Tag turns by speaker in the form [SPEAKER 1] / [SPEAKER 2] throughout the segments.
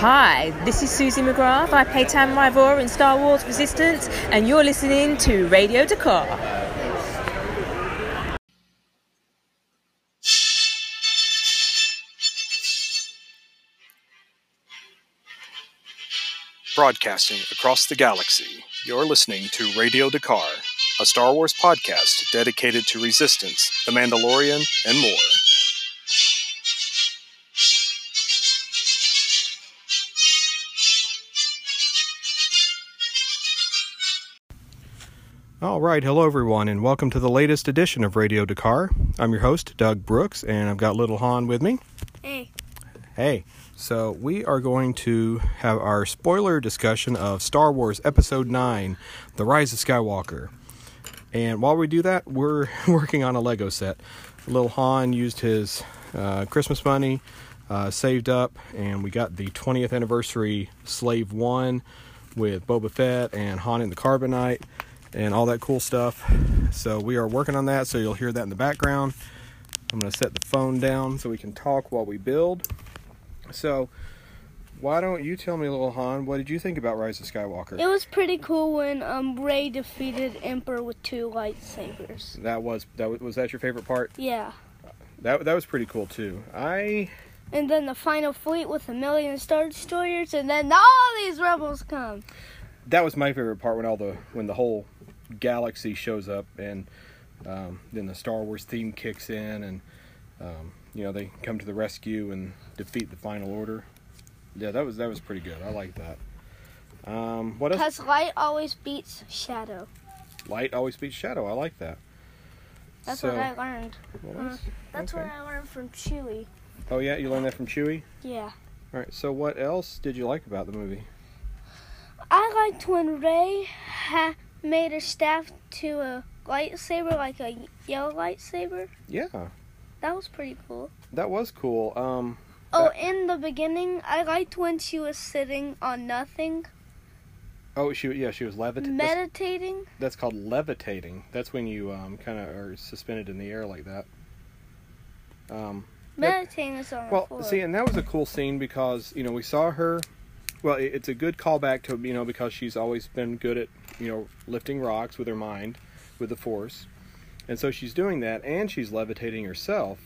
[SPEAKER 1] Hi, this is Susie McGrath. I play Tam Rivora in Star Wars Resistance, and you're listening to Radio Dakar.
[SPEAKER 2] Broadcasting across the galaxy, you're listening to Radio Dakar, a Star Wars podcast dedicated to Resistance, The Mandalorian, and more. All right, hello everyone, and welcome to the latest edition of Radio Dakar. I'm your host, Doug Brooks, and I've got Little Han with me.
[SPEAKER 3] Hey,
[SPEAKER 2] Hey, so we are going to have our spoiler discussion of Star Wars Episode 9 The Rise of Skywalker. And while we do that, we're working on a Lego set. Little Han used his uh, Christmas money, uh, saved up, and we got the 20th anniversary Slave 1 with Boba Fett and Han in the Carbonite and all that cool stuff. So we are working on that, so you'll hear that in the background. I'm going to set the phone down so we can talk while we build. So, why don't you tell me, little Han, what did you think about Rise of Skywalker?
[SPEAKER 3] it was pretty cool when um Ray defeated Emperor with two lightsabers.
[SPEAKER 2] that was that was, was that your favorite part?
[SPEAKER 3] Yeah,
[SPEAKER 2] That that was pretty cool too. I
[SPEAKER 3] and then the final fleet with a million star destroyers, and then all these rebels come.
[SPEAKER 2] that was my favorite part when all the when the whole galaxy shows up and um, then the Star Wars theme kicks in and um, you know they come to the rescue and defeat the Final Order. Yeah, that was that was pretty good. I like that. Um, what else?
[SPEAKER 3] Cause light always beats shadow.
[SPEAKER 2] Light always beats shadow. I like that.
[SPEAKER 3] That's
[SPEAKER 2] so,
[SPEAKER 3] what I uh-huh. learned.
[SPEAKER 2] what else?
[SPEAKER 3] That's
[SPEAKER 2] Okay.
[SPEAKER 3] what I learned from Chewie.
[SPEAKER 2] Oh yeah, you learned that from Chewie.
[SPEAKER 3] Yeah,
[SPEAKER 2] All right. So what else did you like about the movie?
[SPEAKER 3] I liked when Ray ha- made her staff to a lightsaber, like a yellow lightsaber.
[SPEAKER 2] Yeah,
[SPEAKER 3] That was pretty cool.
[SPEAKER 2] that was cool. Um,
[SPEAKER 3] Oh,
[SPEAKER 2] That-
[SPEAKER 3] in the beginning, I liked when she was sitting on nothing.
[SPEAKER 2] oh, she yeah, she was levitating. That's,
[SPEAKER 3] meditating.
[SPEAKER 2] that's called levitating. That's when you um kind of are suspended in the air like that. Um,
[SPEAKER 3] Meditating is on the
[SPEAKER 2] well,
[SPEAKER 3] floor.
[SPEAKER 2] see, and that was a cool scene because you know we saw her. Well, it, it's a good callback to you know because she's always been good at you know lifting rocks with her mind, with the force, and so she's doing that and she's levitating herself,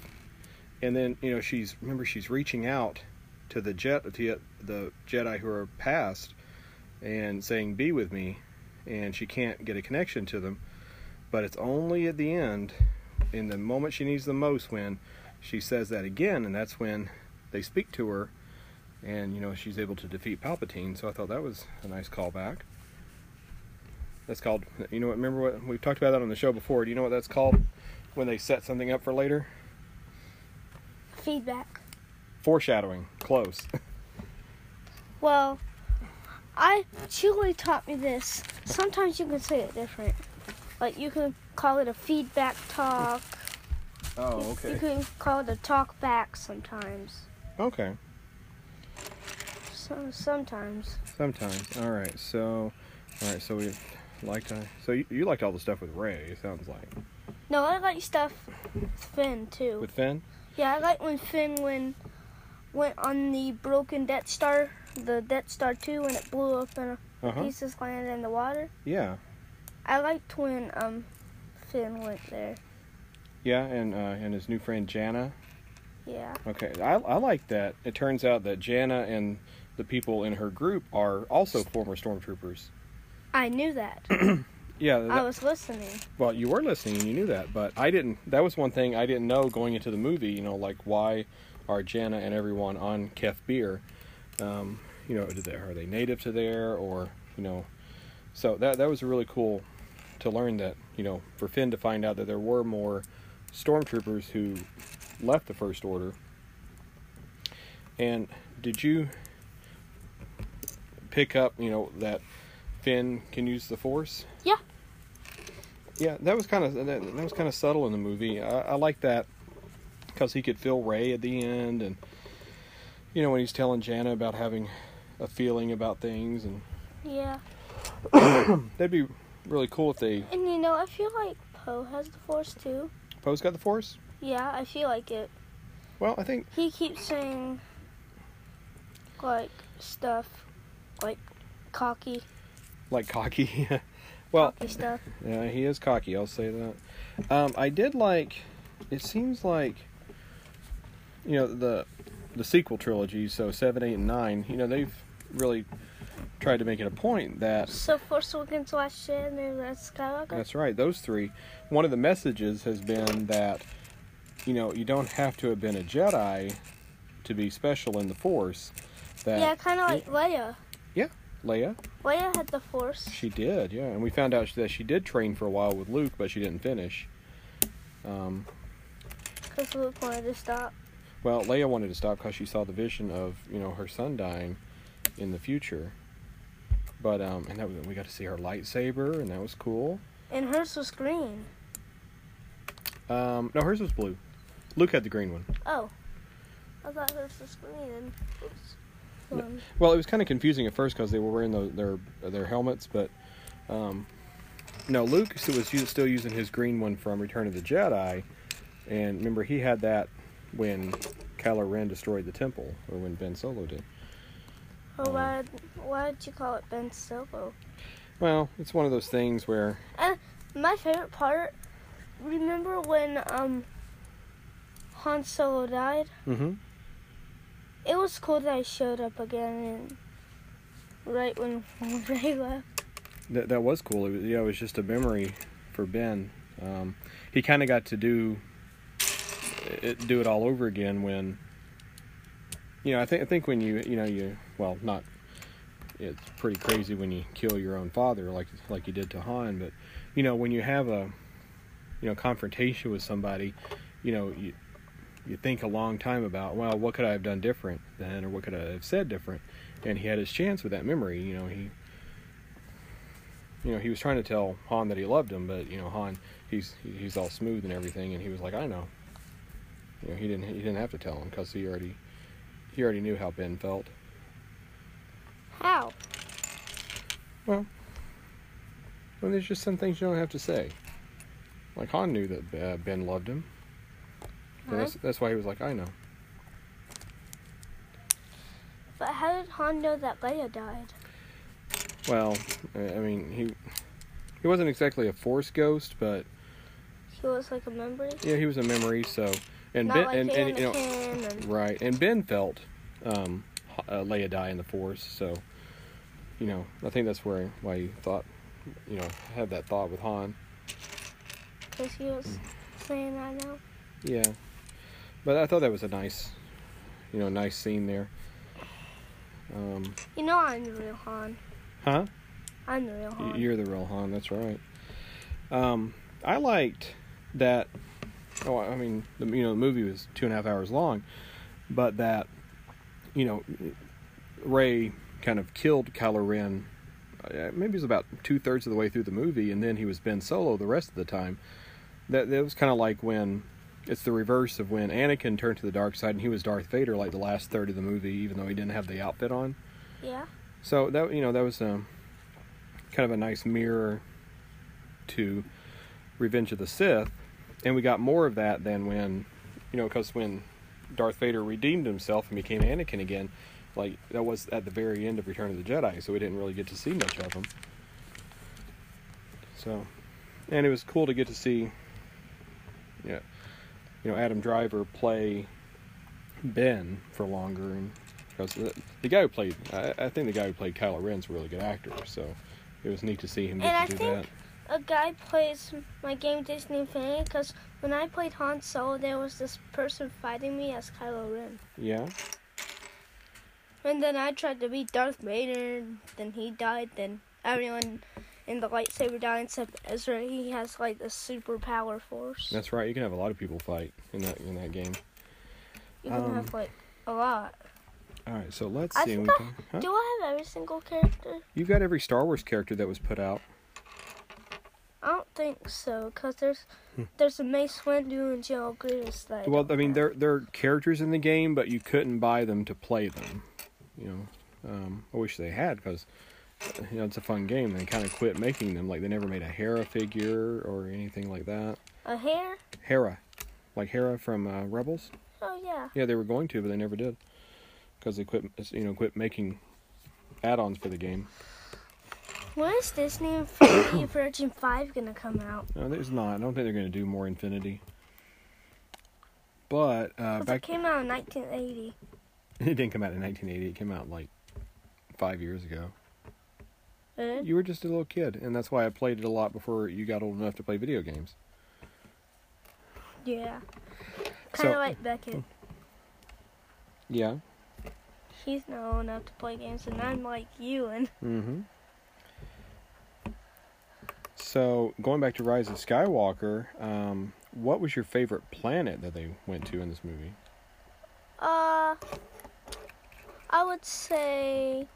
[SPEAKER 2] and then you know she's remember she's reaching out to the jet to the Jedi who are past, and saying be with me, and she can't get a connection to them, but it's only at the end, in the moment she needs the most when she says that again, and that's when they speak to her, and you know she's able to defeat Palpatine. So I thought that was a nice callback. That's called, you know, what? remember what we've talked about that on the show before. Do you know what that's called when they set something up for later?
[SPEAKER 3] feedback.
[SPEAKER 2] Foreshadowing. Close.
[SPEAKER 3] Well, I Julie taught me this. Sometimes you can say it different. Like you can call it a feedback talk.
[SPEAKER 2] Oh,
[SPEAKER 3] You can call it a talk back sometimes.
[SPEAKER 2] Okay.
[SPEAKER 3] So, sometimes.
[SPEAKER 2] Sometimes. All right. So, all right. So we liked. Uh, so you, you liked all the stuff with Ray. It sounds like
[SPEAKER 3] No, I like stuff with Finn too.
[SPEAKER 2] with Finn.
[SPEAKER 3] Yeah, I like when Finn when went on the broken Death Star, the Death Star 2 when it blew up and
[SPEAKER 2] Uh huh.
[SPEAKER 3] pieces landed in the water.
[SPEAKER 2] Yeah.
[SPEAKER 3] I liked when um Finn went there.
[SPEAKER 2] Yeah. And uh, and his new friend Jana.
[SPEAKER 3] Yeah.
[SPEAKER 2] Okay, I, I like that. It turns out that Jana and the people in her group are also former stormtroopers.
[SPEAKER 3] I knew that.
[SPEAKER 2] Yeah,
[SPEAKER 3] I
[SPEAKER 2] that-
[SPEAKER 3] was listening.
[SPEAKER 2] well, you were listening and you knew that, but I didn't. That was one thing I didn't know going into the movie. You know, like why are Jana and everyone on Kef Beer? Um, you know, did they, are they native to there, or you know? So that that was really cool to learn that. You know, for Finn to find out that there were more stormtroopers who left the First Order. And did you pick up? You know that Finn can use the Force.
[SPEAKER 3] Yeah.
[SPEAKER 2] Yeah, that was kind of that, that was kind of subtle in the movie. I, I like that because he could feel Ray at the end, and you know when he's telling Jana about having a feeling about things, and
[SPEAKER 3] Yeah.
[SPEAKER 2] that'd be really cool if they
[SPEAKER 3] And you know, I feel like Poe has the force too.
[SPEAKER 2] Poe's got the Force.
[SPEAKER 3] Yeah, I feel like it.
[SPEAKER 2] Well, I think
[SPEAKER 3] He keeps saying like stuff, like cocky,
[SPEAKER 2] Like cocky. well,
[SPEAKER 3] cocky stuff.
[SPEAKER 2] yeah, he is cocky. I'll say that. Um, I did like. It seems like. You know the, the sequel trilogy. So seven, eight, and nine. You know they've really tried to make it a point that
[SPEAKER 3] So Force Awakens watched it, and then Red Skywalker.
[SPEAKER 2] That's right. Those three. One of the messages has been that, you know, you don't have to have been a Jedi to be special in the Force. That
[SPEAKER 3] yeah, kind of like Leia.
[SPEAKER 2] Leia,
[SPEAKER 3] Leia had the Force.
[SPEAKER 2] she did, yeah. And we found out that she did train for a while with Luke, but she didn't finish. Um,
[SPEAKER 3] Because Luke wanted to stop.
[SPEAKER 2] well, Leia wanted to stop because she saw the vision of, you know, her son dying in the future. But um, and that was, we got to see her lightsaber, and that was cool.
[SPEAKER 3] And hers was green.
[SPEAKER 2] Um, no, hers was blue. Luke had the green one.
[SPEAKER 3] Oh. I thought hers was green. Oops.
[SPEAKER 2] No.
[SPEAKER 3] Um,
[SPEAKER 2] Well, it was kind of confusing at first because they were wearing tho- their their helmets, but um, no, Luke s- was u- still using his green one from Return of the Jedi, and remember he had that when Kylo Ren destroyed the temple, or when Ben Solo did.
[SPEAKER 3] oh, why, why'd you call it Ben Solo?
[SPEAKER 2] Well, it's one of those things where
[SPEAKER 3] My favorite part, remember when um, Han Solo died?
[SPEAKER 2] mm-hmm.
[SPEAKER 3] It was cool that he showed up again and right when Ray left.
[SPEAKER 2] that that was cool. It was, yeah, it was just a memory for Ben. Um, he kind of got to do it, do it all over again when you know. I think I think when you you know you well not it's pretty crazy when you kill your own father like like you did to Han, but you know when you have a you know confrontation with somebody, you know you you think a long time about well what could I have done different then or what could I have said different, and he had his chance with that memory. You know he you know, he was trying to tell Han that he loved him, but you know, Han, he's he's all smooth and everything, and he was like, I know. You know, he didn't he didn't have to tell him because he already he already knew how Ben felt.
[SPEAKER 3] How?
[SPEAKER 2] And there's just some things you don't have to say. Like Han knew that uh, Ben loved him. And that's that's why he was like, I know.
[SPEAKER 3] But how did Han know that Leia died?
[SPEAKER 2] Well, I I mean, he he wasn't exactly a Force ghost, but
[SPEAKER 3] He was like a memory?
[SPEAKER 2] yeah, he was a memory. So and
[SPEAKER 3] Not
[SPEAKER 2] Ben
[SPEAKER 3] like
[SPEAKER 2] and, and you know.
[SPEAKER 3] Anakin and-
[SPEAKER 2] Right, and Ben felt um, h- uh, Leia die in the Force, so you know I think that's where why you thought, you know, had that thought with Han.
[SPEAKER 3] Because he was saying, I know.
[SPEAKER 2] Yeah, but I thought that was a nice, you know, nice scene there. Um,
[SPEAKER 3] You know I'm the real Han.
[SPEAKER 2] huh?
[SPEAKER 3] I'm the real
[SPEAKER 2] Y-
[SPEAKER 3] Han.
[SPEAKER 2] You're the real Han. That's right. Um, I liked that. Oh, I mean, the, you know, the movie was two and a half hours long, but that, you know, Ray kind of killed Kylo Ren. uh, Maybe it was about two thirds of the way through the movie, and then he was Ben Solo the rest of the time. That that was kind of like when it's the reverse of when Anakin turned to the dark side and he was Darth Vader like the last third of the movie, even though he didn't have the outfit on.
[SPEAKER 3] yeah.
[SPEAKER 2] So that you know that was um, kind of a nice mirror to Revenge of the Sith, and we got more of that than when you know because when Darth Vader redeemed himself and became Anakin again, like that was at the very end of Return of the Jedi, so we didn't really get to see much of him. So, and it was cool to get to see, yeah, you know Adam Driver play Ben for longer and because the, the guy who played, I, I think the guy who played Kylo Ren's a really good actor, so it was neat to see him get
[SPEAKER 3] And
[SPEAKER 2] to
[SPEAKER 3] I
[SPEAKER 2] do
[SPEAKER 3] think- A guy plays my game Disney Infinity because when I played Han Solo, there was this person fighting me as Kylo Ren.
[SPEAKER 2] that. Yeah,
[SPEAKER 3] And then I tried to beat Darth Vader, then he died, then everyone in the lightsaber died except Ezra. He has like the superpower force.
[SPEAKER 2] that's right. You can have a lot of people fight in that in that game.
[SPEAKER 3] you can
[SPEAKER 2] um,
[SPEAKER 3] have like a lot.
[SPEAKER 2] All right, so let's
[SPEAKER 3] I
[SPEAKER 2] see.
[SPEAKER 3] think
[SPEAKER 2] We can, huh?
[SPEAKER 3] Do I have every single character?
[SPEAKER 2] You've got every Star Wars character that was put out.
[SPEAKER 3] I don't think so, cause there's there's a Mace Windu and General Grievous that.
[SPEAKER 2] Hmm. Well,
[SPEAKER 3] don't
[SPEAKER 2] I mean,
[SPEAKER 3] have.
[SPEAKER 2] they're they're characters in the game, but you couldn't buy them to play them. You know, um, I wish they had because you know it's a fun game. They kind of quit making them. Like they never made a Hera figure or anything like that.
[SPEAKER 3] a hair.
[SPEAKER 2] Hera, like Hera from uh, Rebels.
[SPEAKER 3] Oh yeah.
[SPEAKER 2] Yeah, they were going to, but they never did. because they quit you know quit making add-ons for the game.
[SPEAKER 3] When is Disney Infinity Virgin 5 gonna come out?
[SPEAKER 2] No, there's not. I don't think they're going to do more Infinity. But uh,
[SPEAKER 3] 'Cause it
[SPEAKER 2] back
[SPEAKER 3] came out in 1980.
[SPEAKER 2] it didn't come out in 1980. It came out like five years ago.
[SPEAKER 3] Eh?
[SPEAKER 2] You were just a little kid, and that's why I played it a lot before you got old enough to play video games.
[SPEAKER 3] Yeah.
[SPEAKER 2] So-
[SPEAKER 3] Kind of like Beckett.
[SPEAKER 2] Yeah.
[SPEAKER 3] He's not old enough to play games, and I'm like you. And
[SPEAKER 2] Mm-hmm. So going back to Rise of Skywalker, um, what was your favorite planet that they went to in this movie?
[SPEAKER 3] uh, I would say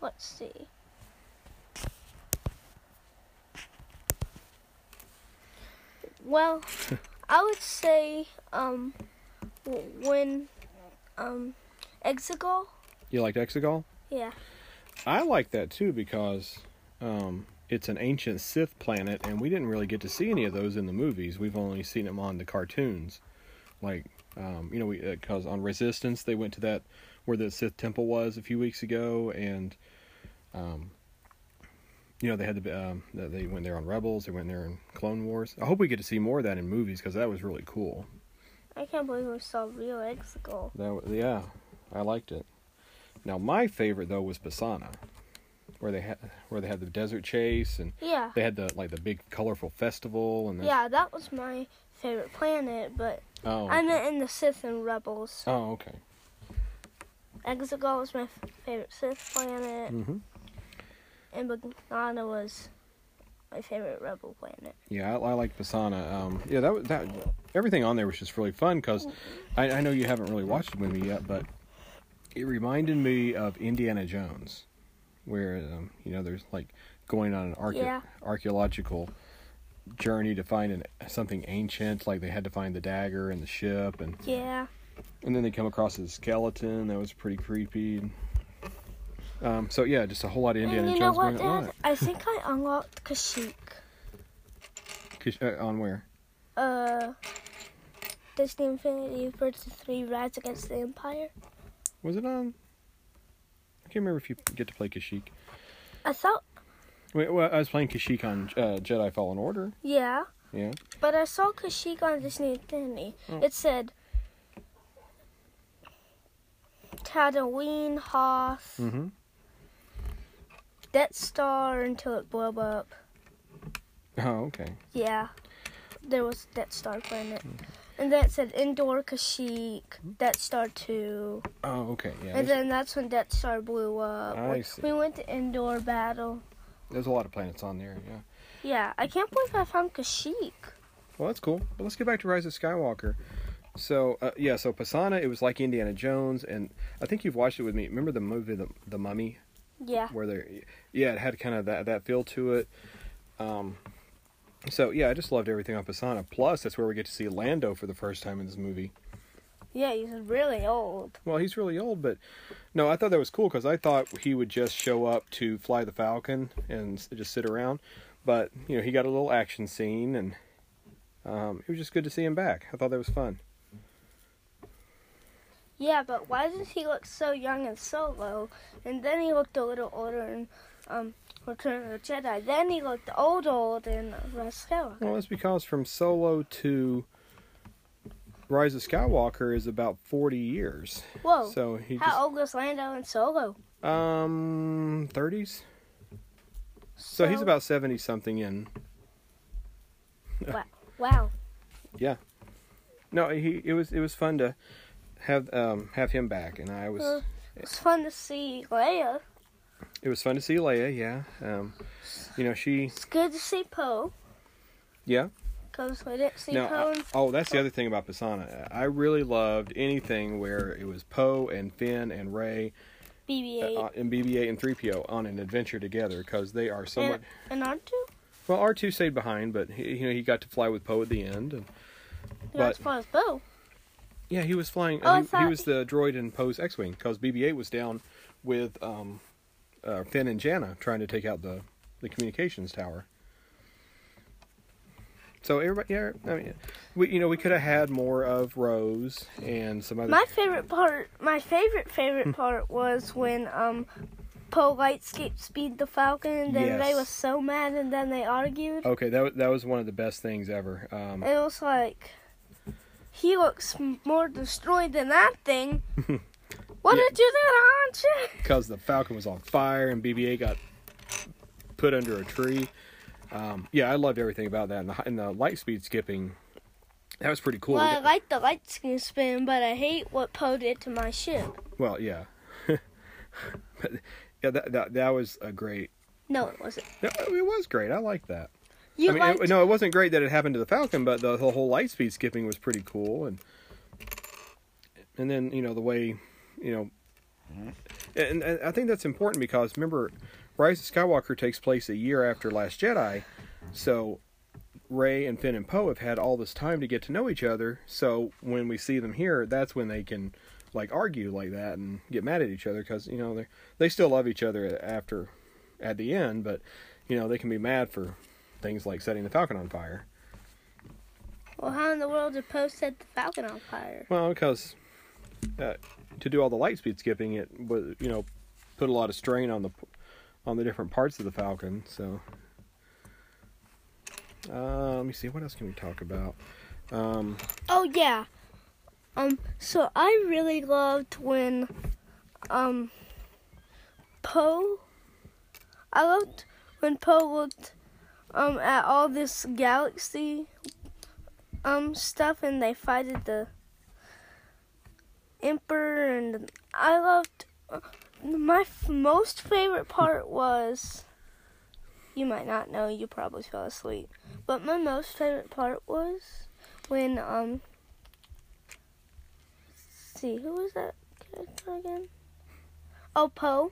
[SPEAKER 3] let's see. Well, I would say um w- when um Exegol.
[SPEAKER 2] You liked Exegol?
[SPEAKER 3] Yeah.
[SPEAKER 2] I like that too because um, it's an ancient Sith planet, and we didn't really get to see any of those in the movies. We've only seen them on the cartoons, like um, you know, because on Resistance they went to that where the Sith temple was a few weeks ago, and um, you know they had the um, that they went there on Rebels, they went there in Clone Wars. I hope we get to see more of that in movies because that was really cool.
[SPEAKER 3] I can't believe we saw real Exegol.
[SPEAKER 2] That wa- yeah, I liked it. Now my favorite though was Pisana, where they had where they had the desert chase and
[SPEAKER 3] Yeah.
[SPEAKER 2] they had the like the big colorful festival and the,
[SPEAKER 3] Yeah, that was my favorite planet, but
[SPEAKER 2] Oh,
[SPEAKER 3] I
[SPEAKER 2] okay.
[SPEAKER 3] meant in the Sith and Rebels.
[SPEAKER 2] oh okay.
[SPEAKER 3] Exegol was my f- favorite Sith planet,
[SPEAKER 2] Mhm.
[SPEAKER 3] and Bagnana was my favorite Rebel planet.
[SPEAKER 2] Yeah, I, I like Pisana. Um, yeah, that was that. Everything on there was just really fun because I, I know you haven't really watched the movie yet, but it reminded me of Indiana Jones, where um, you know there's like going on an archae-
[SPEAKER 3] Yeah.
[SPEAKER 2] archaeological journey to find an, something ancient. Like they had to find the dagger and the ship, and
[SPEAKER 3] Yeah,
[SPEAKER 2] and then they come across this skeleton that was pretty creepy. Um, so yeah, just a whole lot of Indiana
[SPEAKER 3] and you know
[SPEAKER 2] Jones
[SPEAKER 3] what,
[SPEAKER 2] going on.
[SPEAKER 3] Dad? I think I unlocked Kashyyyk.
[SPEAKER 2] Kish- uh, on where?
[SPEAKER 3] Uh, Disney Infinity Virgin Three: Rise Against the Empire.
[SPEAKER 2] Was it on? I can't remember if you get to play Kashyyyk.
[SPEAKER 3] I thought,
[SPEAKER 2] Wait, well, I was playing Kashyyyk on uh, Jedi Fallen Order.
[SPEAKER 3] yeah,
[SPEAKER 2] Yeah.
[SPEAKER 3] but I saw Kashyyyk on Disney Infinity.
[SPEAKER 2] Hmm.
[SPEAKER 3] It said. Tatooine, Hoth,
[SPEAKER 2] Mm-hmm.
[SPEAKER 3] Death Star until it blew up.
[SPEAKER 2] Oh, okay.
[SPEAKER 3] Yeah, there was Death Star planet.
[SPEAKER 2] Mm-hmm.
[SPEAKER 3] And then it said Indoor Kashyyyk, Death Star 2.
[SPEAKER 2] Oh, okay. Yeah. There's,
[SPEAKER 3] And then that's when Death Star blew up.
[SPEAKER 2] I
[SPEAKER 3] We-
[SPEAKER 2] see.
[SPEAKER 3] We went to Indoor Battle.
[SPEAKER 2] there's a lot of planets on there. Yeah.
[SPEAKER 3] Yeah, I can't believe I found Kashyyyk.
[SPEAKER 2] Well, that's cool. But let's get back to Rise of Skywalker. So uh, yeah, so Pisana, it was like Indiana Jones, and I think you've watched it with me. Remember the movie The, the Mummy?
[SPEAKER 3] Yeah.
[SPEAKER 2] where they yeah it had kind of that that feel to it um so yeah i just loved everything on pisana plus that's where we get to see lando for the first time in this movie
[SPEAKER 3] Yeah, he's really old.
[SPEAKER 2] well he's really old but no i thought that was cool because i thought he would just show up to fly the falcon and s- just sit around but you know he got a little action scene and um, it was just good to see him back i thought that was fun
[SPEAKER 3] Yeah, but why does he look so young and solo? And then he looked a little older in um, Return of the Jedi. Then he looked old, old in Rise of Skywalker.
[SPEAKER 2] Well, that's because from Solo to Rise of Skywalker is about 40 years.
[SPEAKER 3] Whoa.
[SPEAKER 2] So he
[SPEAKER 3] Oh, How
[SPEAKER 2] just,
[SPEAKER 3] old was Lando in Solo?
[SPEAKER 2] Um, 30s. So, he's about 70 something in.
[SPEAKER 3] Wow. wow.
[SPEAKER 2] Yeah. No, he it was it was fun to have um have him back, and I was
[SPEAKER 3] Uh, It's fun to see Leia.
[SPEAKER 2] it was fun to see Leia. Yeah. Um, you know she
[SPEAKER 3] It's good to see Poe
[SPEAKER 2] yeah.
[SPEAKER 3] because we didn't see
[SPEAKER 2] No.
[SPEAKER 3] Poe.
[SPEAKER 2] I-
[SPEAKER 3] in-
[SPEAKER 2] oh, that's the other thing about Pisana. I really loved anything where it was Poe and Finn and Ray
[SPEAKER 3] BB-8
[SPEAKER 2] uh, and BB-8 and 3PO on an adventure together because they are somewhat.
[SPEAKER 3] and, and R2.
[SPEAKER 2] Well, R2 stayed behind, but he, you know he got to fly with Poe at the end, and
[SPEAKER 3] But, as
[SPEAKER 2] But-
[SPEAKER 3] far as Poe.
[SPEAKER 2] Yeah, he was flying.
[SPEAKER 3] Oh, I
[SPEAKER 2] he, he
[SPEAKER 3] thought-
[SPEAKER 2] was the droid in Poe's X-wing because BB-8 was down with um, uh, Finn and Janna trying to take out the the communications tower. So everybody, yeah, I mean, we you know we could have had more of Rose and some other.
[SPEAKER 3] My favorite part, my favorite
[SPEAKER 2] Hmm.
[SPEAKER 3] favorite part was when um, Poe Lightscape speed the Falcon, and then they
[SPEAKER 2] Yes. Oh.
[SPEAKER 3] was so mad, and then they argued.
[SPEAKER 2] okay, that wa- that was one of the best things ever. Um,
[SPEAKER 3] It was like he looks m- more destroyed than that thing. what
[SPEAKER 2] Yeah.
[SPEAKER 3] did you do to Hancha?
[SPEAKER 2] because the Falcon was on fire and BBA got put under a tree. Um, yeah, I loved everything about that and the, and the light speed skipping. That was pretty cool.
[SPEAKER 3] Well,
[SPEAKER 2] We
[SPEAKER 3] I
[SPEAKER 2] got-
[SPEAKER 3] like the light skin spin, but I hate what Poe did to my ship.
[SPEAKER 2] well, yeah, but yeah, that, that that was a great.
[SPEAKER 3] No, it wasn't.
[SPEAKER 2] no, It was great. I like that.
[SPEAKER 3] You
[SPEAKER 2] I mean,
[SPEAKER 3] liked
[SPEAKER 2] it, no, it wasn't great that it happened to the Falcon, but the, the whole light speed skipping was pretty cool, and and then you know the way, you know,
[SPEAKER 3] Mm-hmm.
[SPEAKER 2] and, and I think that's important because remember, Rise of Skywalker takes place a year after Last Jedi, so Ray and Finn and Poe have had all this time to get to know each other. So when we see them here, that's when they can like argue like that and get mad at each other because you know they they still love each other after at the end, but you know they can be mad for things like setting the Falcon on fire.
[SPEAKER 3] Well, how in the world did Poe set the Falcon on fire?
[SPEAKER 2] Well, because uh, to do all the light speed skipping, it was you know put a lot of strain on the on the different parts of the Falcon. So uh, let me see what else can we talk about. Um,
[SPEAKER 3] Oh yeah. Um. So I really loved when, um, Poe. I loved when Poe looked, um, at all this galaxy, um, stuff, and they fighted the Emperor, and I loved. uh, My f- most favorite part was. You might not know. You probably fell asleep. But my most favorite part was when um let's see who was that character again oh poe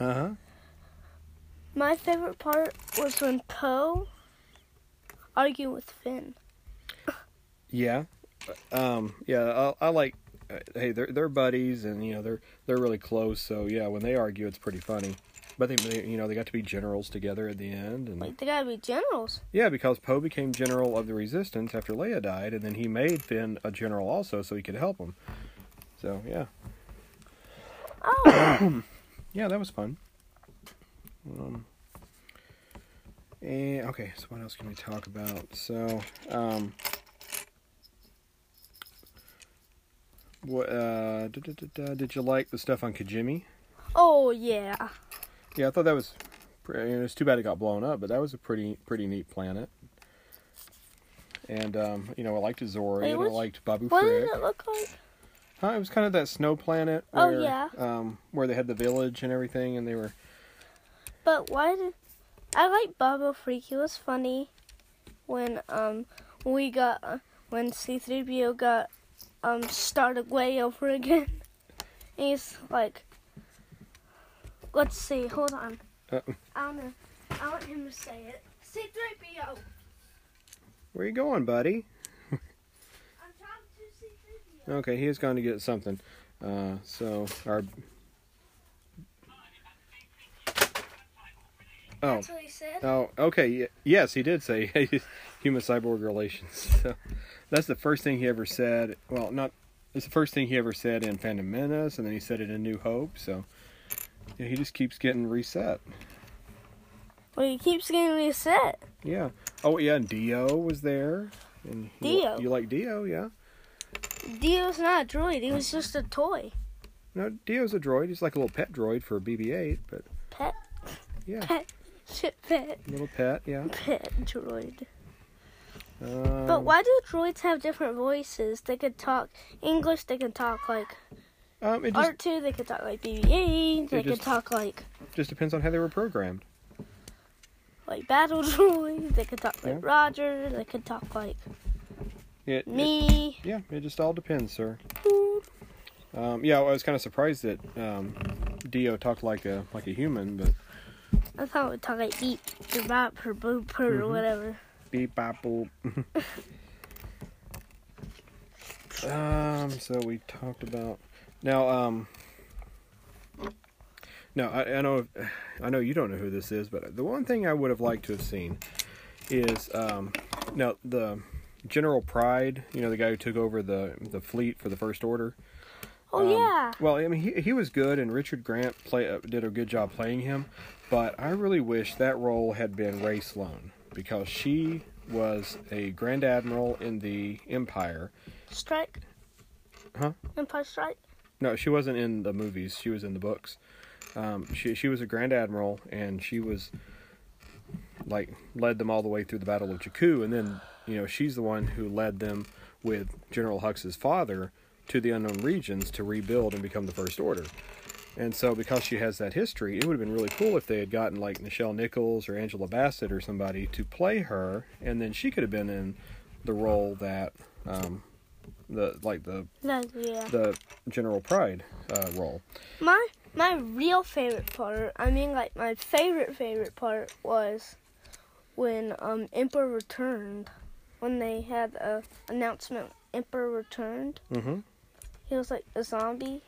[SPEAKER 2] uh huh.
[SPEAKER 3] my favorite part was when poe argued with finn
[SPEAKER 2] Yeah, um, yeah. I, I like. uh, Hey, they're they're buddies, and you know they're they're really close. So yeah, when they argue, it's pretty funny. But they, they you know they got to be generals together at the end, and
[SPEAKER 3] like they gotta be generals
[SPEAKER 2] Yeah, because Poe became general of the resistance after Leia died, and then he made Finn a general also, so he could help him. So yeah,
[SPEAKER 3] oh
[SPEAKER 2] yeah, that was fun. Um, and okay, so what else can we talk about? So, um, what uh, da, da, da, da, did you like the stuff on Kijimi?
[SPEAKER 3] oh yeah
[SPEAKER 2] Yeah, I thought that was. Pretty, it's too bad it got blown up, but that was a pretty pretty neat planet. And um, you know, I liked Azori,
[SPEAKER 3] Wait,
[SPEAKER 2] and I
[SPEAKER 3] what's-
[SPEAKER 2] liked Babu
[SPEAKER 3] what did
[SPEAKER 2] Frick.
[SPEAKER 3] it look like
[SPEAKER 2] Huh, it was kind of that snow planet.
[SPEAKER 3] Oh,
[SPEAKER 2] Where,
[SPEAKER 3] yeah.
[SPEAKER 2] Um, where they had the village and everything, and they were
[SPEAKER 3] but why did i like bobo freak he was funny when um we got uh, when c3po got um started way over again and he's like let's see hold on
[SPEAKER 2] Uh,
[SPEAKER 3] I don't know. I want him to say it. C3PO.
[SPEAKER 2] where you going, buddy?
[SPEAKER 3] I'm talking to C3PO.
[SPEAKER 2] Okay, he is going to get something. Uh, so our. Oh,
[SPEAKER 3] That's what he said.
[SPEAKER 2] Oh, okay. y- Yes, he did say human cyborg relations. So that's the first thing he ever said. Well, not it's the first thing he ever said in Phantom Menace, and then he said it in New Hope. So yeah, he just keeps getting reset.
[SPEAKER 3] Well, he keeps getting reset.
[SPEAKER 2] Yeah. Oh, yeah. And Dio was there. And you-
[SPEAKER 3] Dio?
[SPEAKER 2] you like Dio? Yeah.
[SPEAKER 3] Dio's not a droid. He was just a toy.
[SPEAKER 2] No, Dio's a droid. He's like a little pet droid for a BB-8, but
[SPEAKER 3] Pet.
[SPEAKER 2] yeah,
[SPEAKER 3] Pet. Shit, pet.
[SPEAKER 2] little pet. Yeah.
[SPEAKER 3] Pet droid.
[SPEAKER 2] Um,
[SPEAKER 3] But why do droids have different voices? They could talk English. They could talk like
[SPEAKER 2] Um, it just
[SPEAKER 3] R2. They could talk like BB-8. They
[SPEAKER 2] It
[SPEAKER 3] could
[SPEAKER 2] just-
[SPEAKER 3] talk like
[SPEAKER 2] just depends on how they were programmed.
[SPEAKER 3] like battle droid. They could talk like
[SPEAKER 2] Yeah.
[SPEAKER 3] Roger. They could talk like
[SPEAKER 2] It, it-
[SPEAKER 3] me.
[SPEAKER 2] yeah, it just all depends, sir. Um, yeah, I was kind of surprised that um, Dio talked like a like a human, but
[SPEAKER 3] I thought we talk like eat, bop, or boop, purr,
[SPEAKER 2] Mm-hmm.
[SPEAKER 3] or whatever.
[SPEAKER 2] beep bop boop. um, so we talked about now. Um, no, I, I know, I know you don't know who this is, but the one thing I would have liked to have seen is um, Now the General Pride, you know, the guy who took over the the fleet for the First Order.
[SPEAKER 3] Oh
[SPEAKER 2] um,
[SPEAKER 3] yeah.
[SPEAKER 2] Well, I mean, he he was good, and Richard Grant play uh, did a good job playing him, but I really wish that role had been Ray Sloan because she was a Grand Admiral in the Empire.
[SPEAKER 3] Strike.
[SPEAKER 2] Huh?
[SPEAKER 3] Empire Strike.
[SPEAKER 2] No, she wasn't in the movies. She was in the books. Um, she she was a grand admiral, and she was like led them all the way through the Battle of Jakku, and then you know she's the one who led them with General Hux's father to the unknown regions to rebuild and become the First Order. And so, because she has that history, it would have been really cool if they had gotten like Nichelle Nichols or Angela Bassett or somebody to play her, and then she could have been in the role that um, the like the
[SPEAKER 3] No, yeah.
[SPEAKER 2] the General Pride uh, role.
[SPEAKER 3] My my real favorite part, I mean like my favorite favorite part was when um Emperor returned. When they had a announcement Emperor returned.
[SPEAKER 2] Mm-hmm.
[SPEAKER 3] He was like a zombie.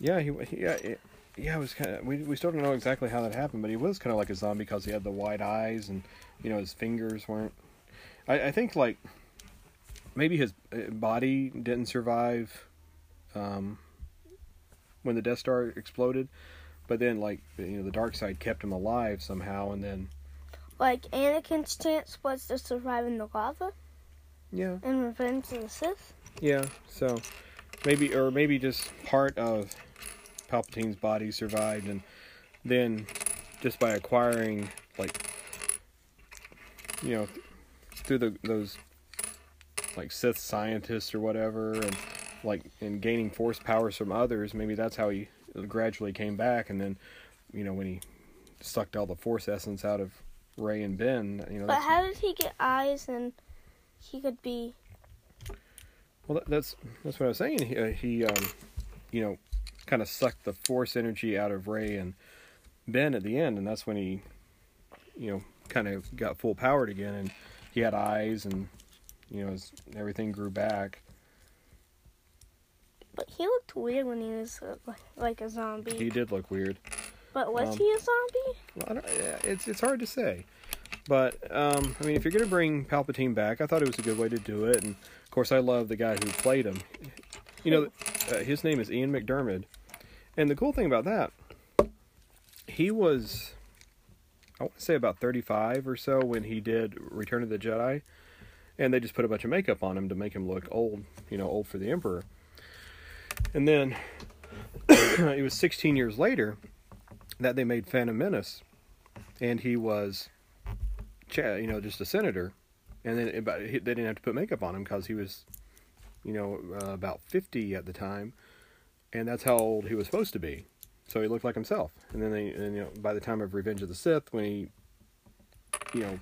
[SPEAKER 2] Yeah, he, he yeah, it, yeah, it was kind of. We, we still don't know exactly how that happened, but he was kind of like a zombie because he had the wide eyes and you know his fingers weren't. I, I think like maybe his uh, body didn't survive um, when the Death Star exploded, but then like you know the dark side kept him alive somehow, and then
[SPEAKER 3] Like Anakin's chance was to survive in the lava
[SPEAKER 2] yeah,
[SPEAKER 3] in Revenge of the Sith.
[SPEAKER 2] Yeah, so maybe, or maybe just part of Palpatine's body survived, and then just by acquiring, like, you know, through the those like Sith scientists or whatever, and like and gaining force powers from others, maybe that's how he gradually came back, and then you know when he sucked all the force essence out of Ray and Ben, you know.
[SPEAKER 3] But
[SPEAKER 2] that's-
[SPEAKER 3] how did he get eyes and he could be
[SPEAKER 2] Well, that- that's that's what I was saying. He, uh, he um, you know, kind of sucked the force energy out of Ray and Ben at the end, and that's when he, you know, kind of got full powered again, and he had eyes, and you know, his, everything grew back.
[SPEAKER 3] but he looked weird when he was uh, like, like a zombie.
[SPEAKER 2] He did look weird.
[SPEAKER 3] but was
[SPEAKER 2] um,
[SPEAKER 3] he a zombie?
[SPEAKER 2] Well, I don't, yeah, it's it's hard to say, but um, I mean, if you're gonna bring Palpatine back, I thought it was a good way to do it, and of course, I love the guy who played him. You know, uh, his name is Ian McDermott, and the cool thing about that, he was, I want to say about 35 or so when he did Return of the Jedi, and they just put a bunch of makeup on him to make him look old, you know, old for the Emperor, and then it was 16 years later that they made Phantom Menace, and he was, cha- you know, just a senator, and then but he- they didn't have to put makeup on him because he was, you know, uh, about fifty at the time, and that's how old he was supposed to be, so he looked like himself. And then they, and, you know, by the time of Revenge of the Sith, when he, you know,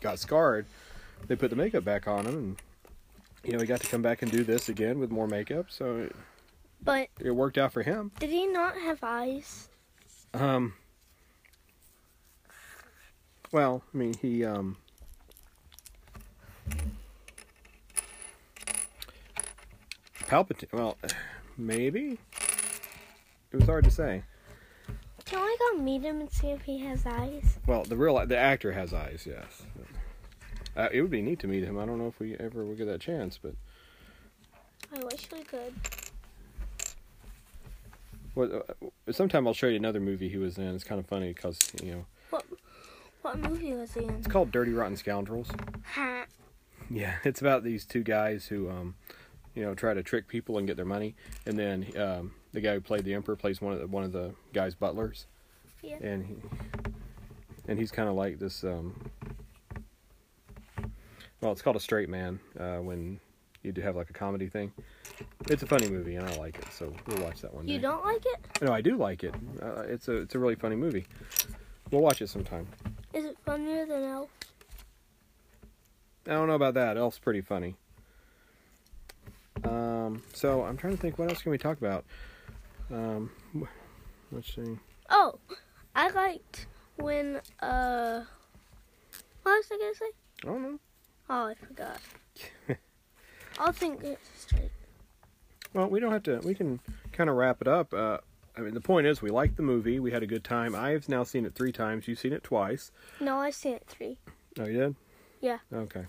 [SPEAKER 2] got scarred, they put the makeup back on him, and you know, he got to come back and do this again with more makeup, so it,
[SPEAKER 3] But
[SPEAKER 2] it worked out for him.
[SPEAKER 3] did he not have eyes?
[SPEAKER 2] Um. Well, I mean, he um. Palpatine. Well, maybe. It was hard to say.
[SPEAKER 3] Can we go meet him and see if he has eyes?
[SPEAKER 2] Well, the real the actor has eyes. Yes. Uh, it would be neat to meet him. I don't know if we ever will get that chance, but
[SPEAKER 3] I wish we could.
[SPEAKER 2] what, uh, sometime I'll show you another movie he was in. It's kind of funny because you know
[SPEAKER 3] What what movie was he in?
[SPEAKER 2] it's called Dirty Rotten Scoundrels.
[SPEAKER 3] Ha.
[SPEAKER 2] Yeah, it's about these two guys who, um, you know, try to trick people and get their money, and then um, the guy who played the emperor plays one of the, one of the guy's butlers,
[SPEAKER 3] Yeah.
[SPEAKER 2] and he, and he's kind of like this. Um, well, it's called a straight man uh, when you do have like a comedy thing. It's a funny movie, and I like it, so we'll watch that one.
[SPEAKER 3] You
[SPEAKER 2] day.
[SPEAKER 3] don't like it?
[SPEAKER 2] No, I do like it. Uh, it's a it's a really funny movie. We'll watch it sometime.
[SPEAKER 3] Is it funnier than Elf?
[SPEAKER 2] I don't know about that. Elf's pretty funny. Um, so I'm trying to think. What else can we talk about? Um, wh- let's see.
[SPEAKER 3] Oh, I liked when uh. What was I gonna say?
[SPEAKER 2] I don't know.
[SPEAKER 3] Oh, I forgot. I'll think it straight.
[SPEAKER 2] Well, we don't have to. We can kind of wrap it up. Uh, I mean, the point is, we liked the movie. We had a good time. I've now seen it three times. You've seen it twice.
[SPEAKER 3] No, I seen it three.
[SPEAKER 2] Oh, you did.
[SPEAKER 3] Yeah.
[SPEAKER 2] Okay.
[SPEAKER 3] I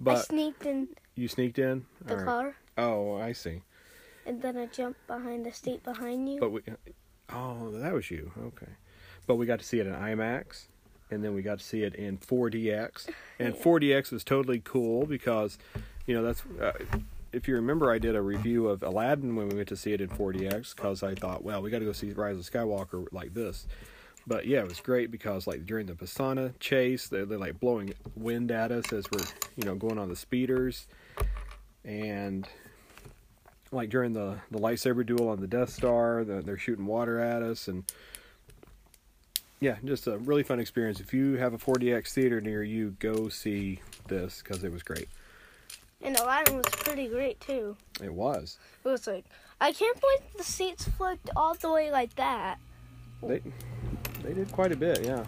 [SPEAKER 2] But
[SPEAKER 3] sneaked in
[SPEAKER 2] you sneaked in.
[SPEAKER 3] the
[SPEAKER 2] All right.
[SPEAKER 3] car
[SPEAKER 2] Oh, I see.
[SPEAKER 3] and then I jumped behind the seat behind you.
[SPEAKER 2] But we. Oh, that was you. Okay. But we got to see it in IMAX, and then we got to see it in 4DX, and 4DX was totally cool because, you know, that's. Uh, if you remember, I did a review of Aladdin when we went to see it in 4DX because I thought, well, we got to go see Rise of Skywalker like this. But yeah, it was great because like during the Pisana chase, they're, they're like blowing wind at us as we're you know going on the speeders, and like during the the lightsaber duel on the Death Star, the, they're shooting water at us, and yeah, just a really fun experience. If you have a 4DX theater near you, go see this because it was great.
[SPEAKER 3] and Aladdin was pretty great too.
[SPEAKER 2] It was.
[SPEAKER 3] It was like I can't believe the seats flipped all the way like that.
[SPEAKER 2] They they did quite a bit, yeah.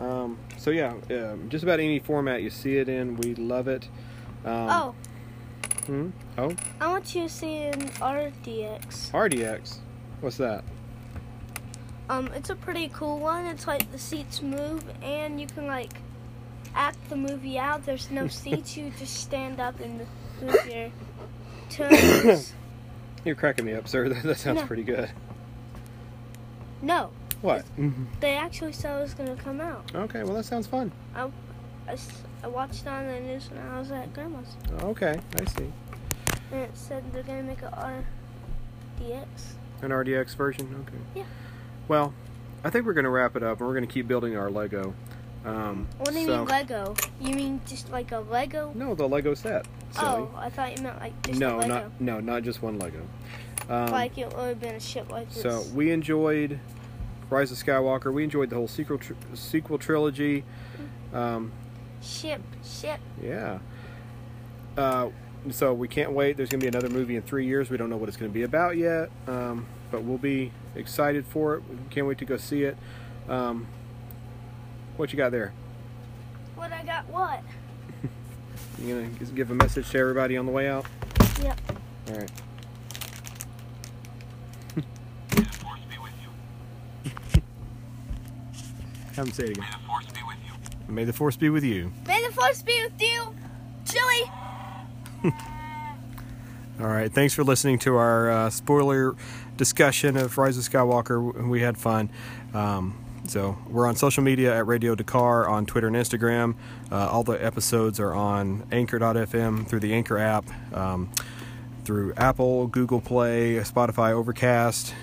[SPEAKER 2] Um, so yeah, um, just about any format you see it in, we love it. Um,
[SPEAKER 3] oh,
[SPEAKER 2] hmm? Oh,
[SPEAKER 3] I want you to see an RDX.
[SPEAKER 2] RDX. What's that?
[SPEAKER 3] Um, it's a pretty cool one. It's like the seats move and you can like act the movie out. There's no seats. You just stand up and move your toes.
[SPEAKER 2] You're cracking me up, sir. That, that sounds
[SPEAKER 3] No.
[SPEAKER 2] pretty good.
[SPEAKER 3] no,
[SPEAKER 2] What?
[SPEAKER 3] they actually said it was gonna come out.
[SPEAKER 2] Okay, well that sounds fun.
[SPEAKER 3] I, s- I watched it on the news when I was at grandma's,
[SPEAKER 2] Okay, I see.
[SPEAKER 3] and it said they're gonna make an RDX.
[SPEAKER 2] An RDX version? Okay.
[SPEAKER 3] Yeah.
[SPEAKER 2] Well, I think we're going to wrap it up and we're going to keep building our Lego. Um,
[SPEAKER 3] What do you
[SPEAKER 2] so-
[SPEAKER 3] mean Lego? You mean just like a Lego?
[SPEAKER 2] No, the Lego set. Silly.
[SPEAKER 3] Oh, I thought you meant like just
[SPEAKER 2] no,
[SPEAKER 3] a Lego.
[SPEAKER 2] not no, not just one Lego. Um,
[SPEAKER 3] like it would have been a ship like this.
[SPEAKER 2] so we enjoyed Rise of Skywalker. We enjoyed the whole sequel tr- sequel trilogy.
[SPEAKER 3] Mm-hmm.
[SPEAKER 2] Um,
[SPEAKER 3] ship, ship.
[SPEAKER 2] yeah. Uh, so we can't wait. There's going to be another movie in three years. We don't know what it's going to be about yet, um, but we'll be excited for it. We can't wait to go see it. Um, what you got there?
[SPEAKER 3] What I got? What?
[SPEAKER 2] You gonna g- give a message to everybody on the way out?
[SPEAKER 3] Yep.
[SPEAKER 2] All right.
[SPEAKER 4] May the force be with you.
[SPEAKER 2] Have them say it again.
[SPEAKER 4] May the force be with you.
[SPEAKER 2] May the force be with you.
[SPEAKER 3] May the force be with you, Chili.
[SPEAKER 2] All right. Thanks for listening to our uh, spoiler discussion of Rise of Skywalker. W- We had fun. Um, so we're on social media at Radio Dakar on Twitter and Instagram. Uh, all the episodes are on Anchor.fm through the Anchor app, um, through Apple, Google Play, Spotify, Overcast.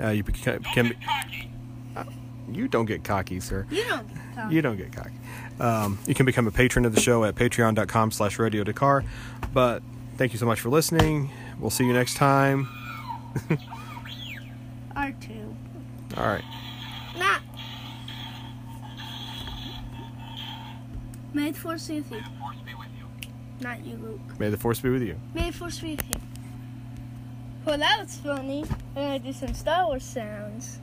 [SPEAKER 2] Uh, you beca- can be- Uh, you don't get cocky, sir.
[SPEAKER 3] You don't.
[SPEAKER 2] You don't get cocky. Um, you can become a patron of the show at patreon.com slash radio Dakar. But thank you so much for listening. We'll see you next time.
[SPEAKER 3] R two.
[SPEAKER 2] All right.
[SPEAKER 3] Nah. May the force be with you.
[SPEAKER 4] May the force be with you.
[SPEAKER 3] Not you, Luke.
[SPEAKER 2] May the force be with you.
[SPEAKER 3] May the force be with you. Well, that was funny. I'm gonna do some Star Wars sounds.